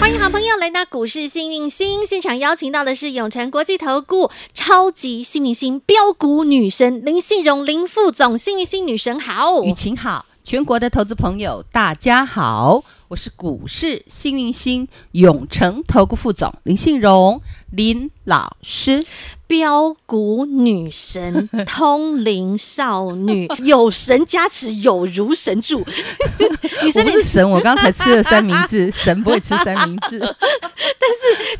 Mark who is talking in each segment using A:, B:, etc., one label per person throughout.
A: 欢迎好朋友来到股市幸运星现场，邀请到的是永诚国际投顾超级幸运星标股女神林信荣林副总，幸运星女神好。
B: 雨晴好，全国的投资朋友大家好，我是股市幸运星永诚投顾副总林信荣林老师，
A: 标股女神，通灵少女，有神加持，有如神助。 女
B: 我
A: 神
B: 不
A: 你，
B: 是神，我刚才吃了三明治， 神不会吃三明 治，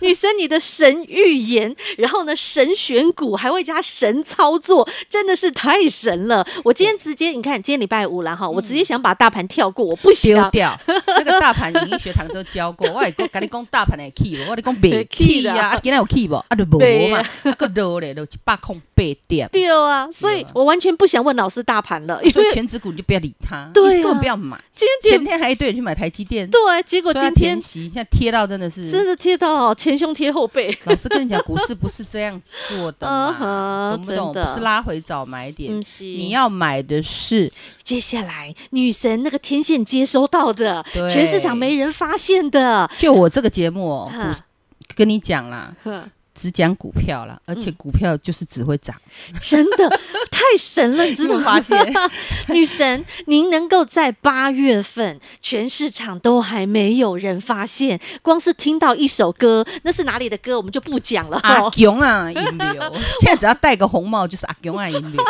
A: 女神你的神预言，然后呢，神选股还会加神操作，真的是太神了。我今天直接，你看，今天礼拜五了哈，我直接想把大盘跳过，我不行
B: 丢掉那个大盘，影音学堂都教过，我也跟跟你讲大盘的 key，我跟你讲别
A: key
B: key
A: 啦
B: 啊， 啊今天有 key 不？啊就
A: 对
B: 无
A: 呀
B: 嘛，啊个落嘞都一百空八点。
A: 对啊，所以我完全不想问老师大盘了，因
B: 所以
A: 为
B: 全指股你就不要理它，
A: 对啊
B: 你根本不要买。
A: 今天
B: 前
A: 结
B: 天还一堆人去买台积电，
A: 对，结果
B: 对啊
A: 今天
B: 填息现在贴到真的是
A: 真的贴到前胸贴后背，
B: 老师跟你讲，股市不是这样子做的
A: 嗯哼
B: 嘛，懂不懂？
A: 真的
B: 不是拉回早买点
A: 嗯，是
B: 你要买的是
A: 接下来女神那个天线接收到的，
B: 对
A: 全市场没人发现的，
B: 就我这个节目哦，
A: 哈
B: 股跟你讲啦，
A: 哼
B: 只讲股票啦，
A: 嗯
B: 而且股票就是只会涨。
A: 真的太神了，你知道吗？
B: 你有 发
A: 女神，您能够在八月份全市场都还没有人发现，光是听到一首歌，那是哪里的歌我们就不讲了
B: 阿
A: 哦。
B: 勇啊，引流， 现在只要戴个红帽就是阿勇啊，引 流。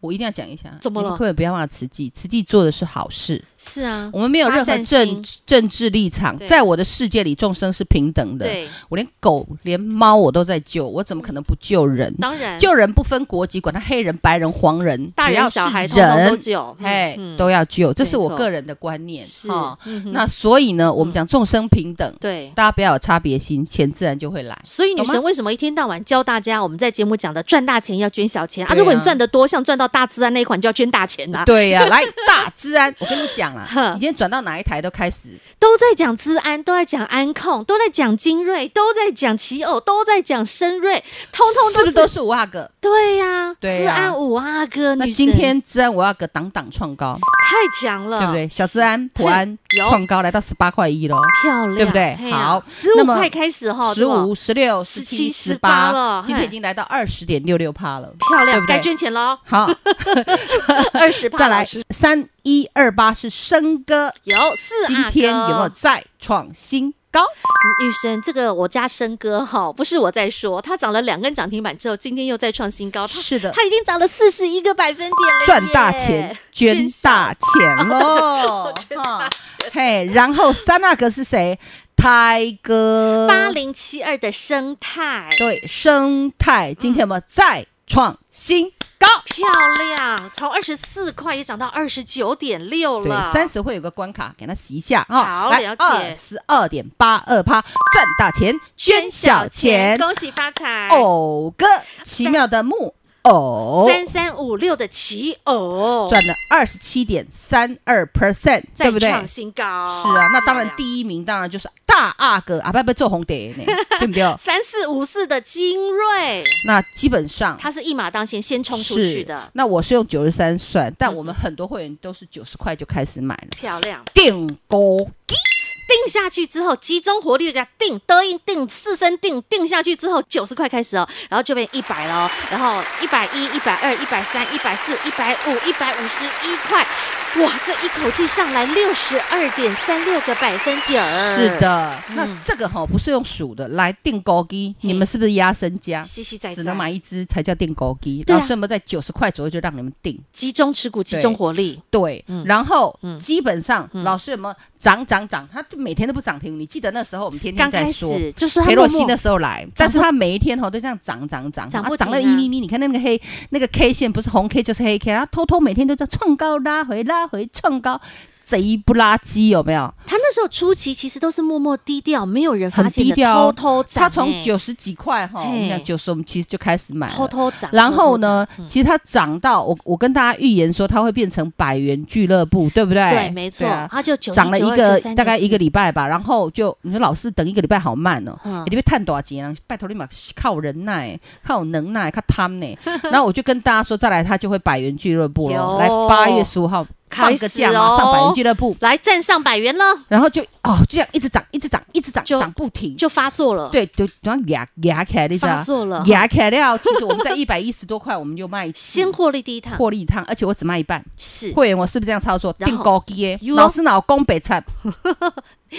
B: 我一定要讲一下，
A: 怎么了
B: 你们可不可以不要骂慈济？慈济做的是好事，
A: 是啊，
B: 我们没有任
A: 发善
B: 何政政治立场，
A: 对
B: 在我的世界里，众生是平等的。
A: 对，
B: 我连狗、连猫我都在救，我怎么可能不救人？
A: 当然
B: 救人不分国籍，管他黑人、白人、黄人，
A: 大
B: 只要
A: 人
B: 是
A: 小孩通通都
B: 人，
A: 救，
B: 哎，
A: 嗯嗯
B: 都要救，这
A: 没
B: 是我
A: 错
B: 个人的观念
A: 是
B: 哈。
A: 嗯哼
B: 那所以呢，我们讲众生平等，
A: 对。
B: 大家不要有差别心，钱自然就会来。
A: 所以女
B: 懂吗
A: 神为什么一天到晚教大家？我们在节目讲的赚大钱要捐小钱啊！
B: 对啊
A: 如果你赚得多，像赚到大自然那一款，就要捐大钱啦。
B: 对呀，来大自然，我跟你讲啦
A: 哼，
B: 你今天转到哪一台都开始
A: 都在讲资安，都在讲安控，都在讲精锐，都在讲奇偶，都在讲深锐，通通
B: 是
A: 都
B: 不
A: 是
B: 是都是五阿哥？
A: 对呀、
B: 对
A: 资
B: 啊
A: 安五阿哥，
B: 那
A: 女
B: 今
A: 神
B: 天自然我要个档档创高，
A: 太强了，
B: 对不对？小治安、普安
A: 嗯有
B: 创高来到十八块一喽。
A: 漂亮，
B: 对不对
A: 嘿
B: 好
A: 十五
B: 那么
A: 块开始哈，
B: 十
A: 对吧
B: 五、十六、十
A: 17
B: 七、十
A: 18了
B: 八，今天
A: 嘿
B: 已经来到二十点六六帕了，
A: 漂
B: 对
A: 亮，
B: 不
A: 该
B: 对？，
A: 捐钱喽
B: 好，
A: 二十
B: 再来三一二八是生哥，
A: 有四
B: 今
A: 啊阿哥，
B: 天有没有再创新高？
A: 女神，这个我家生哥哈，不是我在说，他涨了两根涨停板之后，今天又再创新高，他
B: 是的，
A: 他已经涨了四十一个百分点了耶，
B: 赚大钱，捐大 钱喽！哈，嘿，然后三阿哥是谁？泰哥，
A: 八零七二的生态，
B: 呃对生态，今天有没有再创新高？
A: 漂亮，从二十四块也涨到二十九点六
B: 对
A: 了，，
B: 三十会有个关卡，给它洗一下啊。
A: 好了解
B: 二十二点八二趴，赚大钱，捐小钱。哦
A: 恭喜发财
B: 偶哥，奇妙的木偶
A: 三三五六的奇偶，
B: 哦赚了二十七点三二 percent，
A: 哦再
B: 对不对？
A: 创哦
B: 是
A: 新高，
B: 啊，那当然
A: 漂亮。
B: 第一名当然就是大阿哥啊，不不做红 点呢，对不对？
A: 三四五四的精锐，
B: 那基本上
A: 它是一马当先，先冲出去
B: 是
A: 的，，
B: 那我是用九十三算，但
A: 嗯
B: 我们很多会员都是九十块就开始买了。
A: 漂亮。
B: 定高
A: 定下去之后，集中火力给它定，得应定四声定，定下去之后九十块开始哦，然后就变一百了哦，然后一百一、一百二、一百三、一百四、一百五、一百五十一块，哇，这一口气上来六十二点三六个百分点儿，
B: 是，的，
A: 嗯
B: 那这个哈不是用数的来定高低，你们是不是压身家？
A: 实实在在
B: 只能，买一只才叫定高低。
A: 对啊
B: 老师有没有在九十块左右就让你们定？
A: 集中持股，集中火力，
B: 对
A: 嗯，
B: 然后
A: 嗯
B: 基本上
A: 嗯
B: 老师有没有涨涨涨？他就每天都不涨停。你记得那时候我们天
A: 刚
B: 天在
A: 开
B: 说。
A: 始就说它
B: 裴
A: 默
B: 洛西
A: 默
B: 那时候来，但是他每一天哦都这样涨涨涨，
A: 涨
B: 啊
A: 不停
B: 涨了
A: 啊
B: 一咪咪。你看那个黑那个 K 线不是红 K 就是黑 K，然后偷偷每天都在创高拉回拉回创高，贼不拉几，有没有？
A: 他那时候初期其实都是默默低调，没有人发
B: 很
A: 现
B: 低
A: 的，
B: 调
A: 偷
B: 哦，
A: 偷涨、
B: 他从
A: 欸
B: 九十几块哈，我们讲
A: 嘿
B: 九十，我们其实就开始买了
A: 偷偷涨，
B: 然
A: 偷
B: 后
A: 偷
B: 呢
A: 涨，嗯
B: 其实它涨到我，我跟大家预言说它会变成百元俱乐部，对不对？
A: 对，没错，
B: 对啊
A: 他就九
B: 涨了一个大概一个
A: 礼
B: 礼拜吧，然后就你说老师等一个礼拜好慢哦，
A: 嗯
B: 你被探多少钱啊？拜托你嘛，靠人耐，靠能耐，靠他们呢。 然后我就跟大家说，再来它就会百元俱乐部
A: 有哦
B: 了，来八月十五号放个假嘛，上百元俱乐部，
A: 来站上百元了，
B: 然后就哦就这样一直涨，一直涨，一直涨，
A: 就
B: 涨不停，
A: 就发作了，，
B: 对，啊就然后压压起来，你知道
A: 发
B: 吗？
A: 作了，
B: 压起来了，其实我们在一百一十多 块我们就卖一次
A: 先获利第一趟
B: 获利一趟，而且我只卖一半。
A: 是，
B: 会员我是不是这样操作？
A: 然
B: 定
A: 后
B: 高低耶，
A: 哟
B: 老师脑公北菜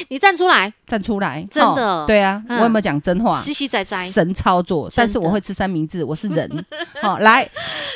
A: 你站出来，
B: 站出来，
A: 真的
B: 哦对啊，
A: 嗯
B: 我有没有讲真话？
A: 实实在在，
B: 神操
A: 真
B: 作，
A: 的
B: 但是我会吃三明治，我是 人。好，来，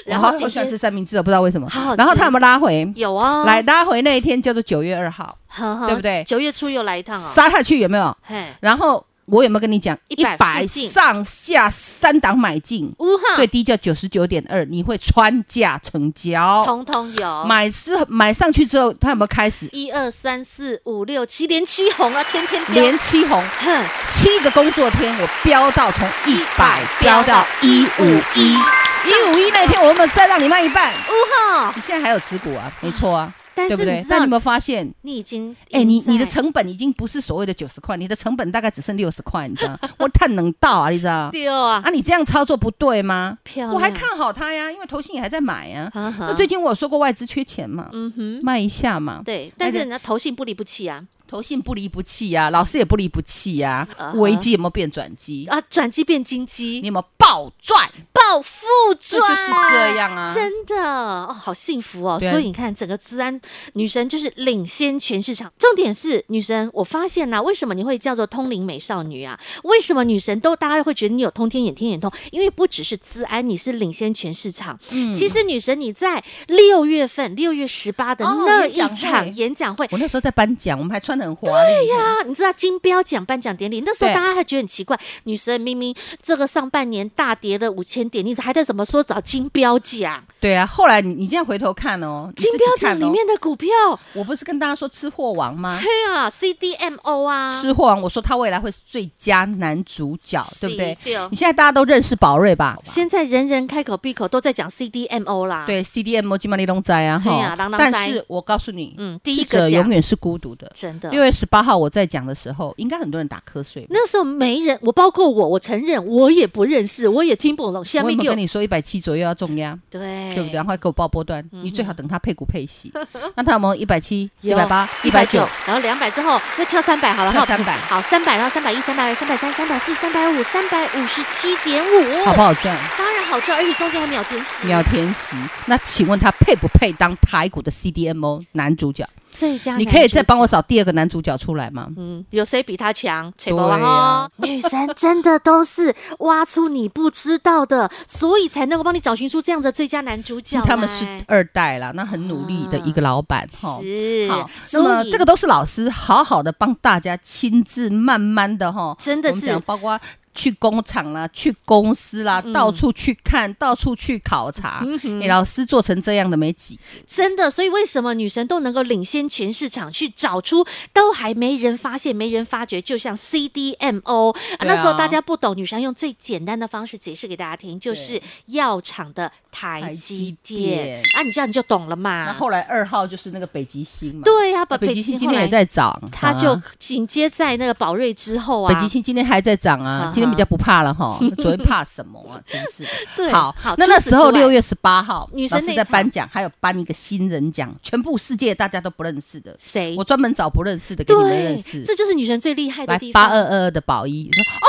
A: 然后
B: 我好我
A: 今
B: 喜欢
A: 天
B: 吃三明治，我不知道为什么
A: 好好吃。
B: 然后他有没有拉回？
A: 有啊，
B: 来，拉回那一天叫做九月二号，
A: 呵呵，
B: 对不对
A: 九月初又来一趟哦，
B: 杀下去有没有？
A: 嘿，
B: 然后我有没有跟你讲
A: 100附近
B: 上下三档买进，
A: 乌哈
B: 最，低叫九十九点二，你会穿价成交。
A: 通通有，
B: 买是买上去之后，它有没有开始
A: 一二三四五六七，连七红啊，天天飙，
B: 连七红？
A: 哼，
B: 七个工作天，我飙到从一百飙到一五一，一五一那天我们再让你卖一半，
A: 乌哈，
B: 你现在还有持股啊？没错啊，
A: 但
B: 对
A: 是
B: 不
A: 你
B: 对
A: 知？
B: 那
A: 道
B: 你有没有发现？
A: 你已经
B: 哎、你你的
A: 成
B: 成本已经不是所谓的九十块，你的成本大概只剩六十块，你 知道？我太能到啊，你知道？
A: 丢啊，
B: 啊，你这样操作不对吗？
A: 漂亮，
B: 我还，看好它呀，因为投信也还在买呀、
A: 呵呵
B: 那最近我有说过外资缺钱嘛，
A: 嗯哼，
B: 卖一下嘛。
A: 对，但是
B: 且
A: 人家投信不离不弃啊，
B: 投信不离不弃呀、老师也不离不弃呀、
A: 啊哈
B: 危机有没有变转机？
A: 啊，转机变金
B: 你
A: 鸡，
B: 有没有暴赚？
A: 暴富
B: 这
A: 赚，
B: 就是这样啊。
A: 真的哦，好幸福哦！
B: 对
A: 所以你看，整个资安女神就是领先全市场。重点是，女神，我发现呐、为什么你会叫做通灵美少女啊？为什么女神都大家会觉得你有通天眼、天眼通？因为不只是资安，你是领先全市场。
B: 嗯
A: 其实女神你在六月份，六月十八的
B: 哦
A: 那
B: 演讲
A: 一场
B: 会
A: 演讲会。
B: 我那时候在颁奖，我们还穿的很华丽。对呀、
A: 啊，你知道金标奖颁奖典礼那时候，
B: 对
A: 大家还觉得很奇怪，女神明明这个上半年大跌了五千点，你还在怎么说找金标奖？
B: 对啊。后来你你现在回头看哦，你
A: 金
B: 自己
A: 标奖
B: 看
A: 里
B: 哦，
A: 面的股 票，
B: 我不是跟大家说吃货王吗？
A: 对啊，CDMO 啊，
B: 吃货王，我说他未来会是最佳男主角，对不对？
A: 是？对哦
B: 你现在大家都认识宝瑞吧？
A: 现在人人开口闭口都在讲 CDMO 啦，，
B: 对 CDM 金马利龙仔啊
A: 啊嘿啊
B: 哈
A: 人人，知
B: 但是我告诉你，
A: 嗯，第一
B: 智
A: 个
B: 者
A: 讲
B: 永远是孤独的。
A: 真的。
B: 六月十八号我在讲的时候，应该很多人打瞌睡吧。
A: 那时候没人，我包括我，我承认我也不认识，我也听不懂。下
B: 我
A: 面
B: 有没
A: 给
B: 有
A: 我哎
B: 跟你说一百七左右要重压？
A: 对
B: 对不对？然后还给我报波段，你最好等它配股配息。那它有没有一百七、一百八、一
A: 嗯一百
B: 百
A: 九
B: 九？，
A: 然后两百之后就跳三百好了，
B: 跳
A: 好
B: 300
A: 好三百，然后三百一、三百二、三百三、三百四、三百五、三百五十七点五，
B: 好不好赚？
A: 当然好赚，而且中间还秒填息，
B: 秒填息。那请问他配不配当台股的 CDMO 哦男主角？
A: 最佳。
B: 你可以再帮我。找第二个男主角出来吗？
A: 嗯，有谁比他强？吹
B: 对
A: 波浪哦
B: 呀，
A: 女神真的都是挖出你不知道的，所以才能够帮你找寻出这样的最佳男主角来。
B: 他们是二代啦，那很努力的一个老板哈。
A: 是
B: 好，
A: 所
B: 那
A: 以
B: 么这个都是老师好好的帮大家亲自慢慢的哈，
A: 真的
B: 我们
A: 是
B: 讲包括去工厂啦、去公司啦，
A: 嗯
B: 到处去看，到处去考察。诶老师做成这样的没几
A: 真的，所以为什么女神都能够领先全市场去找出都还没人发现、没人发觉？就像 CDMO，、啊
B: 对啊
A: 那时候大家不懂，女神用最简单的方式解释给大家听，就是药厂的台积电
B: 台积电
A: 啊，你这样你就懂了
B: 那
A: 嘛。
B: 后来二号就是那个北极星嘛，
A: 对呀、啊，把
B: 啊，北极
A: 极
B: 星
A: 星
B: 今天也
A: 也。
B: 在涨，
A: 他
B: 啊
A: 就紧接在那个宝瑞之后啊，
B: 北极星今天还在涨
A: 啊
B: 啊，今天比较不怕 了哈，昨天怕什么啊？真是的。
A: 对
B: 好
A: 好，
B: 那
A: 除
B: 那
A: 此
B: 时候
A: 之外
B: 六月十八号，
A: 女神
B: 老师
A: 那
B: 在
A: 场
B: 颁奖，还有颁一个新人奖，全部世界大家都不认识的，
A: 谁？
B: 我专门找不认识的给你们认
A: 对
B: 识，。
A: 这就是女神最厉害的
B: 来
A: 地方。
B: 八二，二二的宝一，你说哦，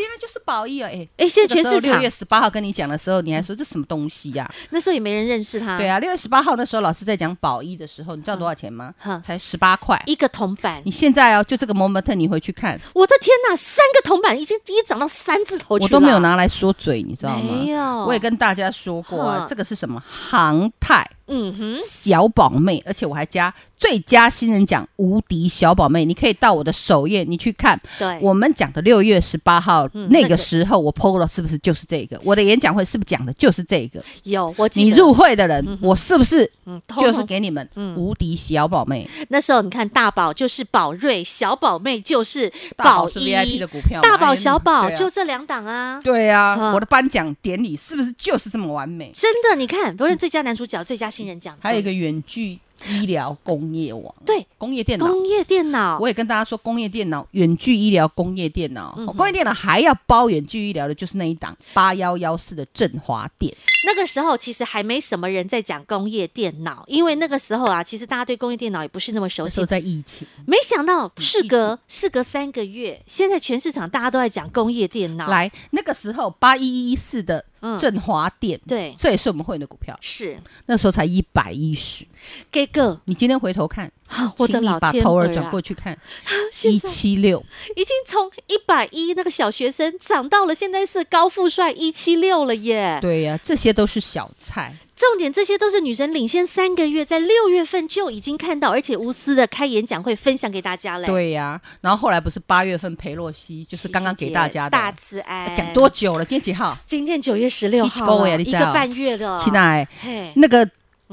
B: 原来就是宝一啊，哎。
A: 哎，现在全市
B: 六
A: 场
B: 月十八号跟你讲的时候，你还说这什么东西呀、
A: 那时候也没人认识他，
B: 对，啊，六月十八号的时候，老师在讲宝一的时候，你知道多少钱吗
A: 嗯？
B: 才十八块。
A: 一个铜板
B: 你，现在哦，就这个 moment，你回去看，
A: 我的天哪，三个铜板已经已经涨到三字头去了，
B: 我都没有拿来说嘴，你知道吗？
A: 没有
B: 我也跟大家说过啊
A: 哦哼，
B: 这个是什么航太？
A: 嗯哼，
B: 小宝妹，而且我还加最佳新人奖无敌小宝妹，你可以到我的首页你去看。
A: 对，
B: 我们讲的六月十八号、
A: 哎嗯
B: 那
A: 那个
B: 个时候，我 PO 了是不是就是这个？我的演讲会是不是讲的就是这个？
A: 有我记
B: 你
A: 得
B: 入会的人，我是不是
A: 嗯，就
B: 就是
A: 是
B: 给你们
A: 嗯
B: 无敌小宝妹？
A: 那时候你看大宝就是宝瑞，小宝妹就是
B: 大宝
A: 宝
B: 是
A: 一
B: VIP 的股票嘛，
A: 大宝
B: 哎
A: 小宝
B: 对啊
A: 就这两档啊。
B: 对呀、
A: 嗯
B: 我的颁奖典礼是不是就是这么完美？
A: 真的，你看，不论最佳男主角、最佳新人奖，
B: 还有一个远距医疗工业网，
A: 对
B: 工业电脑。
A: 工业电脑，
B: 我也跟大家说，工业电脑、远距医疗、工业电脑、
A: 嗯
B: 哦
A: 哼
B: 工业电脑还要包远距医疗的，就是那一档八幺幺四的振华电。
A: 那个时候其实还没什么人在讲工业电脑，因为那个时候啊，其实大家对工业电脑也不是那么熟
B: 那时
A: 悉
B: 候。在嗯疫情，
A: 没想到事
B: 一
A: 隔事隔三个月，现在全市场大家都在讲工业电脑，
B: 来那个时候八一一四的
A: 嗯
B: 振华电，
A: 对
B: 这也是我们会员的股票，
A: 是
B: 那时候才一百一十。
A: 给个
B: 你今天回头看，
A: 啊我的
B: 请你
A: 老
B: 把
A: 天
B: 头
A: 儿
B: 儿
A: 啊
B: 转过去看，
A: 现
B: 一
A: 在
B: 七六，
A: 已经从一百一那个小学生涨到了现在是高富帅一七六了耶。
B: 对呀、这些都是小菜。
A: 重点这些都是女神领先三个月，在六月份就已经看到，而且无私的开演讲会分享给大家嘞。，
B: 对呀、然后后来不是八月份裴洛西，就是刚刚给大家的
A: 大慈爱
B: 讲多。久了？今天几号？
A: 今天九月十六号
B: 一个月
A: 了，
B: 你
A: 一
B: 知道
A: 个半月了，
B: 亲爱，
A: 嘿，
B: 哦那个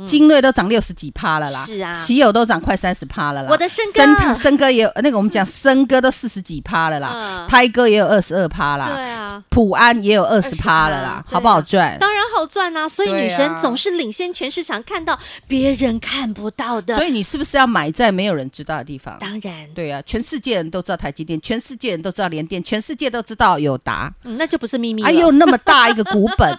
B: 精锐都涨六十几趴了
A: 嗯
B: 啦，
A: 是啊
B: 奇友都涨快三十趴了啦，
A: 我的啊森哥
B: 森森哥也有那个我们讲森哥都四十几趴了啦
A: 嗯，
B: 胎哥也有二十二趴
A: 对
B: 啦，
A: 啊，
B: 普安也有二十
A: 20%
B: 趴了啦，
A: 对啊
B: 好不好赚？
A: 当然好赚啊！所以
B: 对啊
A: 女神总是领先全市场，看到别人看不到
B: 所
A: 的。
B: 以你是不是要买在没有人知道的地方？
A: 当然，
B: 对啊，全世界人都知道台积电，全世界人都知道联电，全世界都知道友达，
A: 嗯，那就不是秘密了。啊
B: 还有那么大一个股 本，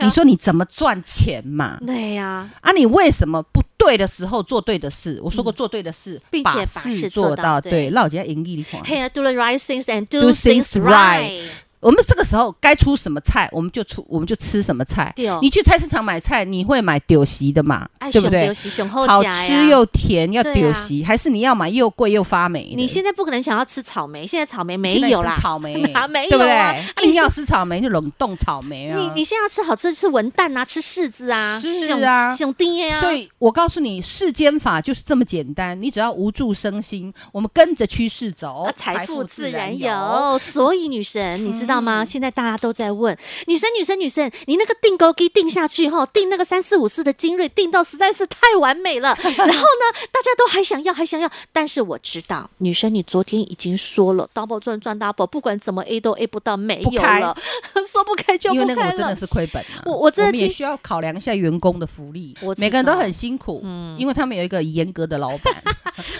B: 你说你怎么赚钱嘛？
A: 对呀，
B: 啊，你为什么不对的时候做对的事？我说过做对的事，
A: 嗯并且把事做到对
B: 对，让我家盈利的话。
A: Hey, do the right things and do,
B: Do
A: things
B: things
A: right。
B: 我们这个时候该出什么菜，我们就出，我们就吃什么菜
A: 对哦。
B: 你去菜市场买菜，你会买丢席的嘛？
A: 爱
B: 对不
A: 熊
B: 对
A: 丢？喜熊后
B: 好
A: 甲呀
B: 吃又甜，要
A: 对啊
B: 丢席，还是你要买又贵又发霉的？
A: 你现在不可能想要吃草莓，现在草莓没
B: 现在
A: 有
B: 是
A: 啦。
B: 草莓 欸
A: 哪没有
B: 对不
A: 啊啊
B: 对？
A: 你
B: 硬要
A: 是
B: 吃草莓就冷冻草莓啊！
A: 你你现在要吃好吃的吃文旦啊，吃柿子啊，
B: 是啊
A: 熊丁叶啊，
B: 所以我告诉你，世间法就是这么简单，你只要无助生心，我们跟着趋势走
A: 啊，财富自然有。所以女神，你知道
B: 嗯
A: 吗？现在大家都在问女神，女神，女神，你那个定勾给定下去后，定那个三四五四的精锐，定到实在是太完美 了。然后呢，大家都还想要，还想要。但是我知道，女神，你昨天已经说了，double 赚赚 double，不管怎么 A 都 A 不到，没
B: 不
A: 有
B: 开
A: 了， 说不开就
B: 因
A: 不
B: 为那个
A: 开
B: 我真的
A: 了。
B: 是亏本啊，
A: 我我真的
B: 们也
A: 听
B: 需要考量一下员工的福利
A: 我，知
B: 每个人都
A: 道嗯
B: 很辛苦，因为他们有一个严格的老板，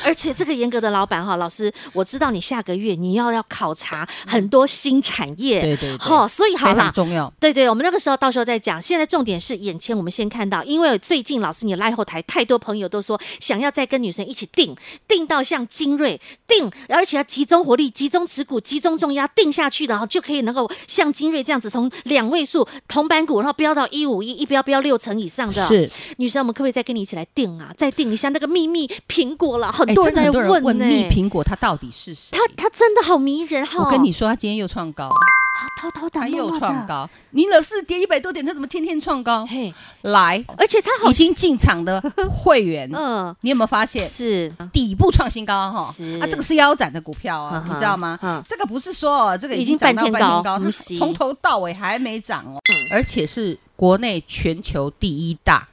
A: 而且这个严格的老板哈，老师，我知道你下个月你要要考察很多新产业，
B: 嗯对对对
A: 吼所以 好
B: 非
A: 啦
B: 常，重要。
A: 对对，我们那个时候到时候再讲。现在重点是眼前我们先看到，因为最近老师你赖后台太多朋友都说想要再跟女神一起定，定到像精锐定，而且要集中火力、集中持股、集中重压定下去的，然后就可以能够像精锐这样子从两位数铜板股，然后飙到一五一，一飙飙六成以上的。
B: 是，
A: 女神，我们可不可以再跟你一起来定啊？再定一下那个秘密苹果了，很
B: 哎，
A: 多
B: 真
A: 人在
B: 的很多人
A: 问
B: 问
A: 呢、
B: 蜜苹果它到底是谁？
A: 它它真的好迷人哦哈、
B: 我跟你说，它今天又创高，
A: 偷偷的，
B: 它
A: 默
B: 又
A: 默地
B: 创，高，你老是跌一百多点，它怎么天天创高？
A: 嘿，
B: 来，
A: 而且它好
B: 已，经进场的会员，
A: 嗯，
B: 你有没有发现？
A: 是。
B: 底部创新高哈
A: 是，
B: 啊，这个是腰斩的股票
A: 嗯
B: 哦，
A: 哼
B: 你知道吗
A: 嗯？
B: 这个不是说哦这个
A: 已
B: 已
A: 经
B: 经涨到
A: 半
B: 半
A: 天高
B: 天高，
A: 不
B: 它
A: 是
B: 从头到尾还没涨哦
A: 嗯，
B: 而且是国内全球第一大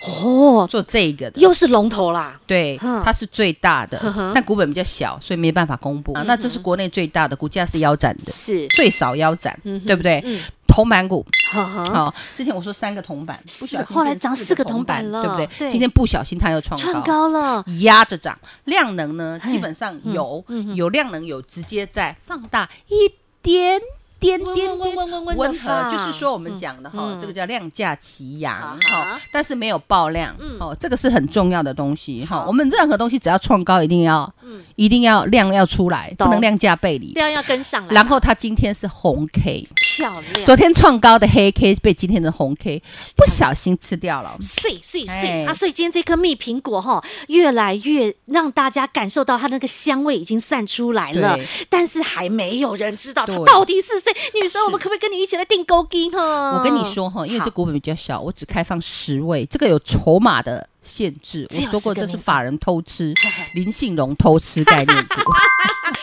A: 哦，
B: 做这个的。
A: 又是龙头啦，
B: 对，
A: 嗯
B: 它是最大的
A: 嗯哼，
B: 但股本比较小，所以没办法公
A: 嗯
B: 布。啊那这是国内最大的，股价是腰斩的，
A: 是，
B: 最少腰斩
A: 嗯哼，
B: 对不对？
A: 嗯，
B: 铜板股，
A: 哈哈，
B: 好，之前我说三个铜板，
A: 是
B: 不小心
A: 后来
B: 变
A: 涨四
B: 四
A: 个
B: 个
A: 铜
B: 铜
A: 板
B: 板，
A: 了
B: 对不
A: 对
B: 对？今天不小心它又
A: 创高了，
B: 压着涨，量能呢
A: 嘿
B: 基本上有、
A: 嗯嗯哼
B: 有量能有直接在放大一点点
A: 温
B: 点
A: 温温温温
B: 点
A: 温
B: 温
A: 地
B: 和，
A: 放
B: 就是说我们讲的哈、
A: 嗯
B: 这个叫量价齐扬
A: 好
B: 哈，但是没有爆量、
A: 嗯
B: 哦，这个是很重要的东西哈、
A: 好
B: 我们任何东西只要创高，一定要
A: 嗯
B: 一定要量要出来，不
A: 懂
B: 能量价背离。
A: 量要跟上来，
B: 然后它今天是红 K，
A: 漂亮，
B: 昨天创高的黑 K 被今天的红 K 不小心吃掉了。
A: 碎碎碎
B: 哎
A: 啊！所以今天这颗蜜苹果哈，越来越让大家感受到它那个香味已经散出来了
B: 对，
A: 但是还没有人知道它
B: 对
A: 到底是谁。女生，我们可不可以跟你一起来订钩机呢？
B: 我跟你，说哈，因为
A: 嗯好
B: 这股本比较小，我只开放十位，这个有筹码的限制。我
A: 只有
B: 说过
A: 10个
B: 这是
A: 名额
B: 法人偷吃，林信荣偷吃概念 股，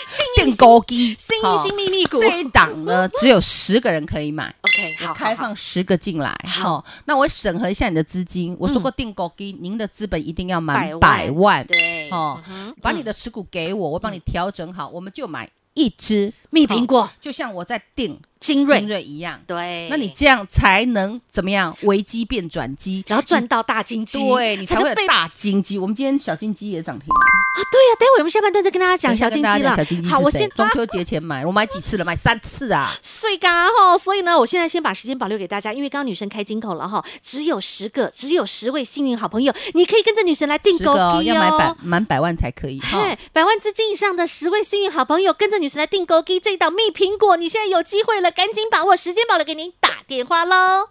A: 幸运
B: 电高机，
A: 新
B: 哈
A: 一新秘密股
B: 这一档呢，只有十个人可以买。
A: ，OK，好，好
B: 我开。
A: 好
B: 放十个进来，
A: 好嗯
B: 好，那我审核一下你的资金。我说过定购给您的资本一定要
A: 百
B: 满百万，
A: 对，
B: 哦
A: 嗯哼嗯
B: 把你的持股给我，我帮你调整好，我们就买一只
A: 蜜苹，果
B: 好就像我在定
A: 精
B: 精
A: 锐，
B: 锐一样。
A: 对，
B: 那你这样才能怎么样？危机变转机，
A: 然后赚到大金鸡，
B: 对你才会
A: 能被
B: 有大金鸡。我们今天小金鸡也涨停了，
A: 啊，对呀、待会我们下半段再跟大家讲
B: 等一
A: 小
B: 下
A: 金
B: 跟大
A: 鸡
B: 家讲
A: 了。
B: 小金鸡
A: 好，我
B: 是
A: 先
B: 谁？中秋节前买，我买几次了？买三次啊！
A: 碎嘎哈，所以呢，我现在先把时间保留给大家，因为刚刚女神开金口了哈，只有十个，只有十位幸运好朋友，你可以跟着女神来订
B: 十
A: 购
B: 个哦
A: 机
B: 要买百。满百万才可以哈
A: 嘿。，百万资金以上的十位幸运好朋友，跟着女神来订购机这一档蜜苹果，你现在有机会了，赶紧把握时间保留给您打电话喽。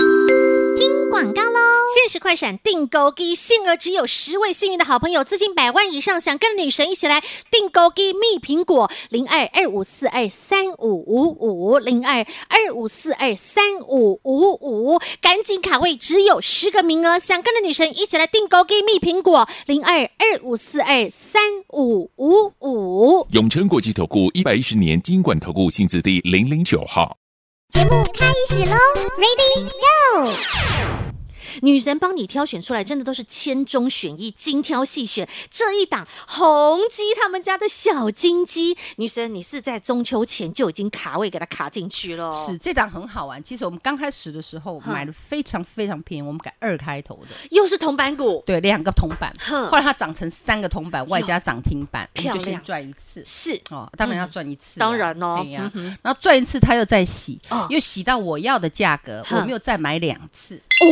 A: 听广告喽！限时快闪订购机，限额只有十位幸运的好朋友，资金百万以上，想跟女神一起来订购机蜜苹果零二二五四二三五五五零二二五四二三五五五，赶紧卡位，只有十个名额，想跟着女神一起来订购机蜜苹果零二二五四二三五五五。
C: 永诚国际投顾一百一十年金管投顾新字第零零九号。
A: 女神帮你挑选出来，真的都是千中选一，精挑细选。这一档红鸡他们家的小金鸡，女神你是在中秋前就已经卡位给它卡进去了，
B: 是这档很好玩。其实我们刚开始的时候
A: 哼
B: 买的非常非常便宜，我们改二开头的，
A: 又是铜板股，
B: 对，两个铜板，
A: 哼
B: 后来它涨成三个铜板，外加涨停板，我
A: 漂
B: 们就
A: 亮
B: 先赚一次。
A: 是
B: 哦，当然要赚一次
A: 嗯
B: 啊、
A: 当然哦
B: 对呀、
A: 嗯哼
B: 然后赚一次，它又再洗，
A: 哦
B: 又洗到我要的价格，
A: 哼
B: 我们又再买两次。
A: 哦，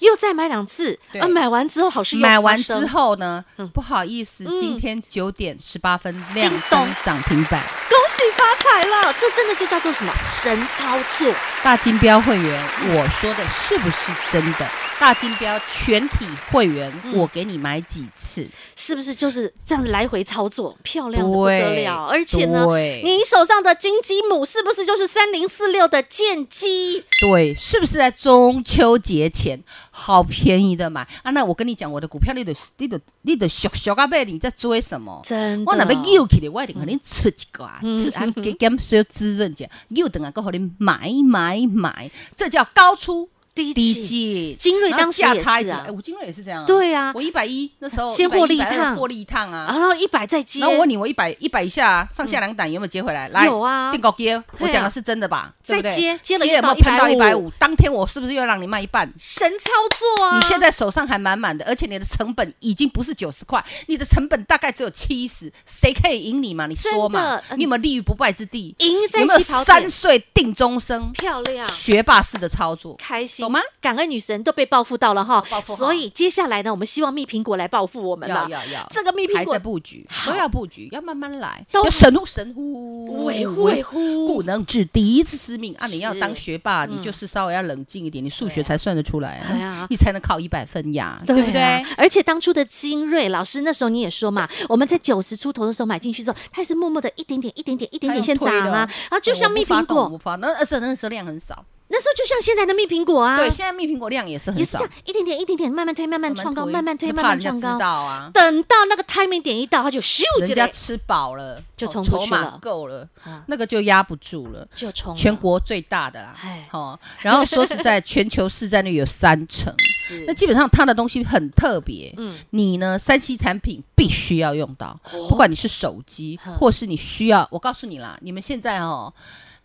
A: 又再买两次，
B: 对
A: 啊，买完之后好事又
B: 买完
A: 发生
B: 之，后呢，
A: 嗯
B: 不好意思，
A: 嗯
B: 今天九点十八分亮
A: 叮咚
B: 灯涨停板，
A: 恭喜发财了，这真的就叫做什么神操作，
B: 大金标会员，我说的是不是真的？大金标全体会员，
A: 嗯
B: 我给你买几次？
A: 是不是就是这样子来回操作，漂亮的不得
B: 对，
A: 了，而且呢。
B: 对
A: 你手上的金鸡母是不是就是三零四六的剑鸡？
B: 对，是不是在中秋节前好便宜的买啊？那我跟你讲，我的股票你的你的你的小小阿贝，你在追什么？
A: 真的，
B: 我若要扭起来，我一定给你出一个啊，
A: 嗯
B: 吃啊，给减少滋润一下，扭等下够给你买买买，这叫高出
A: 低
B: 低
A: 级
B: 进。
A: 精锐
B: 然后
A: 当时
B: 价
A: 也
B: 差一
A: 是
B: 直
A: 啊
B: 哎，我金瑞也是这样啊。
A: 对啊
B: 我一百一那时候
A: 先
B: 110
A: 获利一
B: 120
A: 趟
B: 获利一趟啊。
A: 然后一百再接，
B: 然后我问你，我一百一百以下啊上下两档有没有接回来？来，
A: 有啊
B: 定高接，我
A: 对啊
B: 讲的是真的吧？
A: 再
B: 对不对
A: 接接了
B: 接有没有
A: 100
B: 喷到一百
A: 150
B: 五？当天我是不是又让你卖一半？
A: 神操作啊！
B: 你现在手上还满满的，而且你的成本已经不是九十块，你的成本大概只有七十，谁可以赢你嘛？你说嘛
A: 真的？
B: 你有没有立于不败之地？
A: 赢在
B: 有没有
A: 起跑点
B: 三，岁定终生？
A: 漂亮。
B: 学霸式的操作，
A: 开心
B: 懂吗？
A: 感恩女神都被报复到了哈，
B: 报复好
A: 所以接下来呢，我们希望蜜苹果来报复我们
B: 要
A: 了。
B: 要要，
A: 这个蜜苹
B: 还
A: 果
B: 在布局，
A: 好
B: 都要布局，要慢慢来，
A: 都
B: 要神乎神乎，
A: 维护维护
B: 故能治敌之私命啊！
A: 是
B: 你要当学霸，你就是稍微要冷静一点，你数学才算得出来
A: 嗯啊对啊
B: 啊，你才能考一百分呀，对不
A: 对啊
B: 对？？
A: 而且当初的精锐老师，那时候你也说嘛，我们在九十出头的时候买进去之后，它也是默默的一点点、一点点、一点点先涨
B: 它用推的哦
A: 啊，然后就像蜜苹
B: 我
A: 果，
B: 不发，那而且那时候量很少，
A: 那时候就像现在的蜜苹果啊，
B: 对，现在蜜苹果量也是很
A: 也是
B: 少
A: 这，样一点点、一点点，慢慢推、慢慢创高、慢慢推、
B: 就
A: 慢
B: 怕
A: 慢
B: 人家
A: 创
B: 知
A: 高。
B: 道啊，
A: 等到那个 timing 点一到，它就咻
B: 人
A: 就
B: 家
A: 来
B: 吃饱了
A: 就
B: 哦
A: 冲出
B: 筹
A: 去了
B: 码够了
A: 啊，
B: 那个就压不住了。
A: 就冲了
B: 全国最大的啦
A: 哎，
B: 哦，然后说实 在，全球市占率有三成，
A: 是
B: 那基本上它的东西很特别，
A: 嗯哦
B: 你呢三 C 产品必须要用到，不管你是手机，或是你需要，我告诉你啦，你们现在哦，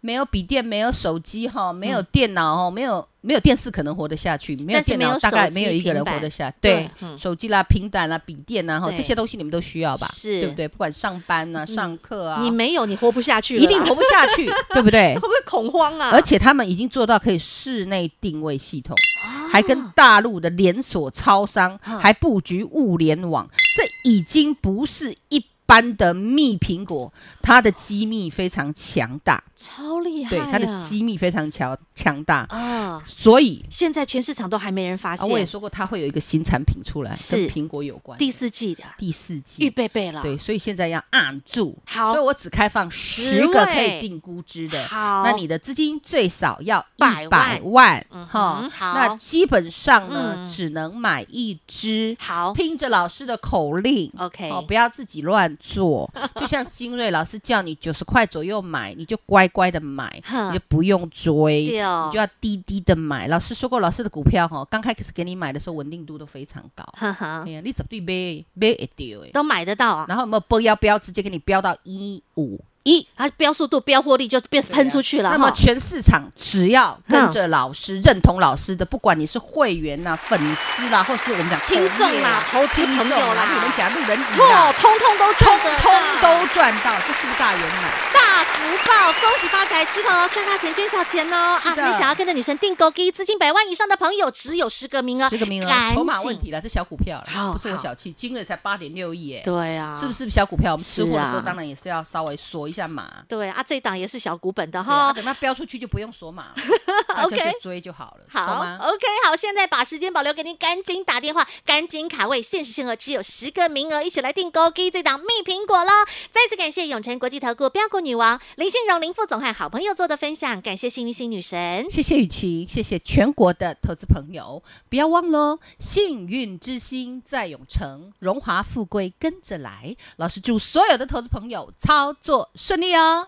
B: 没有笔电，没有手机哈，没有电脑哦，没有没有电视可能活得下去，没有
A: 但是
B: 电
A: 没有
B: 脑大概
A: 手机
B: 没有一个人
A: 平板
B: 活得下，
A: 对
B: 对
A: 嗯，
B: 手机啦、平板啦、笔电啦哈，
A: 对
B: 这些东西你们都需要吧？
A: 是嗯
B: 对不对？不管上班啊、上课啊，
A: 你没有，你活不下去了，
B: 一定活不下 去，对不对
A: 会？不会恐慌啊？
B: 而且他们已经做到可以室内定位系
A: 啊
B: 统，还跟大陆的连锁超商还布局物联网，这已经不是一般的蜜苹果，它的机密非常强大，
A: 超厉害
B: 对，
A: 啊，
B: 它的机密非常强强大，
A: 啊，
B: 所以
A: 现在全市场都还没人发
B: 啊，
A: 现。
B: 我也说过它会有一个新产品出来，
A: 是
B: 跟苹果有关的，
A: 第四季的
B: 第四
A: 预
B: 季。
A: 备备了，
B: 对，所以现在要按住，
A: 好
B: 所以我只开放十
A: 十
B: 个
A: 位
B: 可以定估值的，
A: 好
B: 那你的资金最少要
A: 百
B: 一百
A: 万
B: 万
A: 嗯，哼
B: 哈、
A: 好
B: 那基本上呢、
A: 嗯
B: 只能买一只，
A: 好
B: 听着老师的口令
A: OK
B: 哦，不要自己乱做， 就像精锐老师叫你九十块左右买，你就乖乖的买，
A: 哼
B: 你就不用
A: 嗯
B: 追，
A: 对哦
B: 你就要低低的买。老师说过，老师的股票哈、哦，刚开始给你买的时候稳定度都非常高，
A: 呵呵
B: 哎，呀，你怎么对买买会到哎？
A: 都买得到啊，
B: 然后有没有标标标直接给你标到一五一？
A: 它啊标速度、标获利就变喷出去了
B: 那么
A: 哈。
B: 全市场只要跟着老师、认同老师的，不管你是会员呐、粉丝啦，或是我们讲
A: 听众啦
B: 同业
A: 投资
B: 听众
A: 朋友啦
B: 我们讲路人乙
A: 哦
B: 啦，，
A: 通通都
B: 通
A: 赚得
B: 通
A: 到
B: 都赚到，这是不是大圆满？
A: 大福报，恭喜发财，知道哦赚大钱捐小钱哦啊！
B: 是的
A: 你想要跟着女神订购第一资金百万以上的朋友，只有十个名额，
B: 十个名
A: 赶
B: 额，
A: 紧
B: 筹码问题了，这小股票
A: 好
B: 了，不是我
A: 好
B: 小气，今日才八点六亿哎，
A: 对啊，
B: 是不？是小股票？我们吃货的时
A: 是啊
B: 候当然也是要稍微锁一下码。
A: 对啊，这一档也是小股本的
B: 对啊
A: 哈。
B: 等它标出去就不用锁码 了，大
A: OK
B: 家就追就好了，懂
A: 好
B: 吗？
A: ，OK，好，现在把时间保留给您，赶紧打电话，赶紧卡位，限时限额只有十个名额，一起来订购 G 这档蜜苹果喽！再次感谢永诚国际投顾标股女王林信荣林副总和好朋友做的分享，感谢幸运星女神。
B: 谢谢雨晴，谢谢全国的投资朋友，不要忘喽！幸运之星在永城，荣华富贵跟着来。老师祝所有的投资朋友操作顺利哦！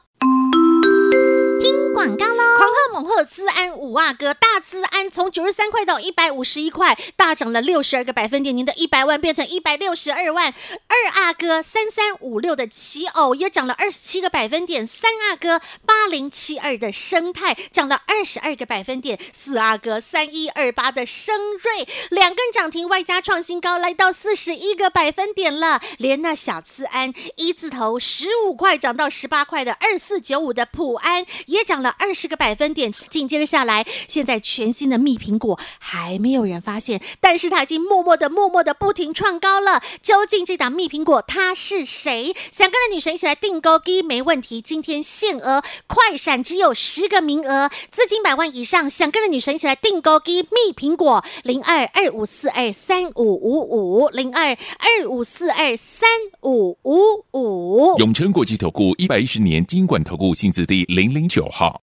A: 广告喽！狂贺猛贺资安五啊哥，大资安从九十三块到一百五十一块，大涨了六十二个百分点，您的一百万变成一百六十二万。二阿哥三三五六的奇偶也涨了二十七个百分点，三阿哥八零七二的生态涨了二十二个百分点，四阿哥三一二八的升瑞两根涨停外加创新高，来到四十一个百分点了。连那小资安一字头十五块涨到十八块的二四九五的普安也涨了二十个百分点。紧接着下来，现在全新的蜜苹果还没有人发现，但是它已经默默的、默默的不停创高了。究竟这档蜜苹果它是谁？想跟着女神一起来订购，第一没问题，今天限额快闪只有十个名额，资金百万以上，想跟着女神一起来订购，第一蜜苹果零二二五四二三五五五零二二五四二三五五五。
C: 永诚国际投顾一百一十年金管投顾性质第零零九号。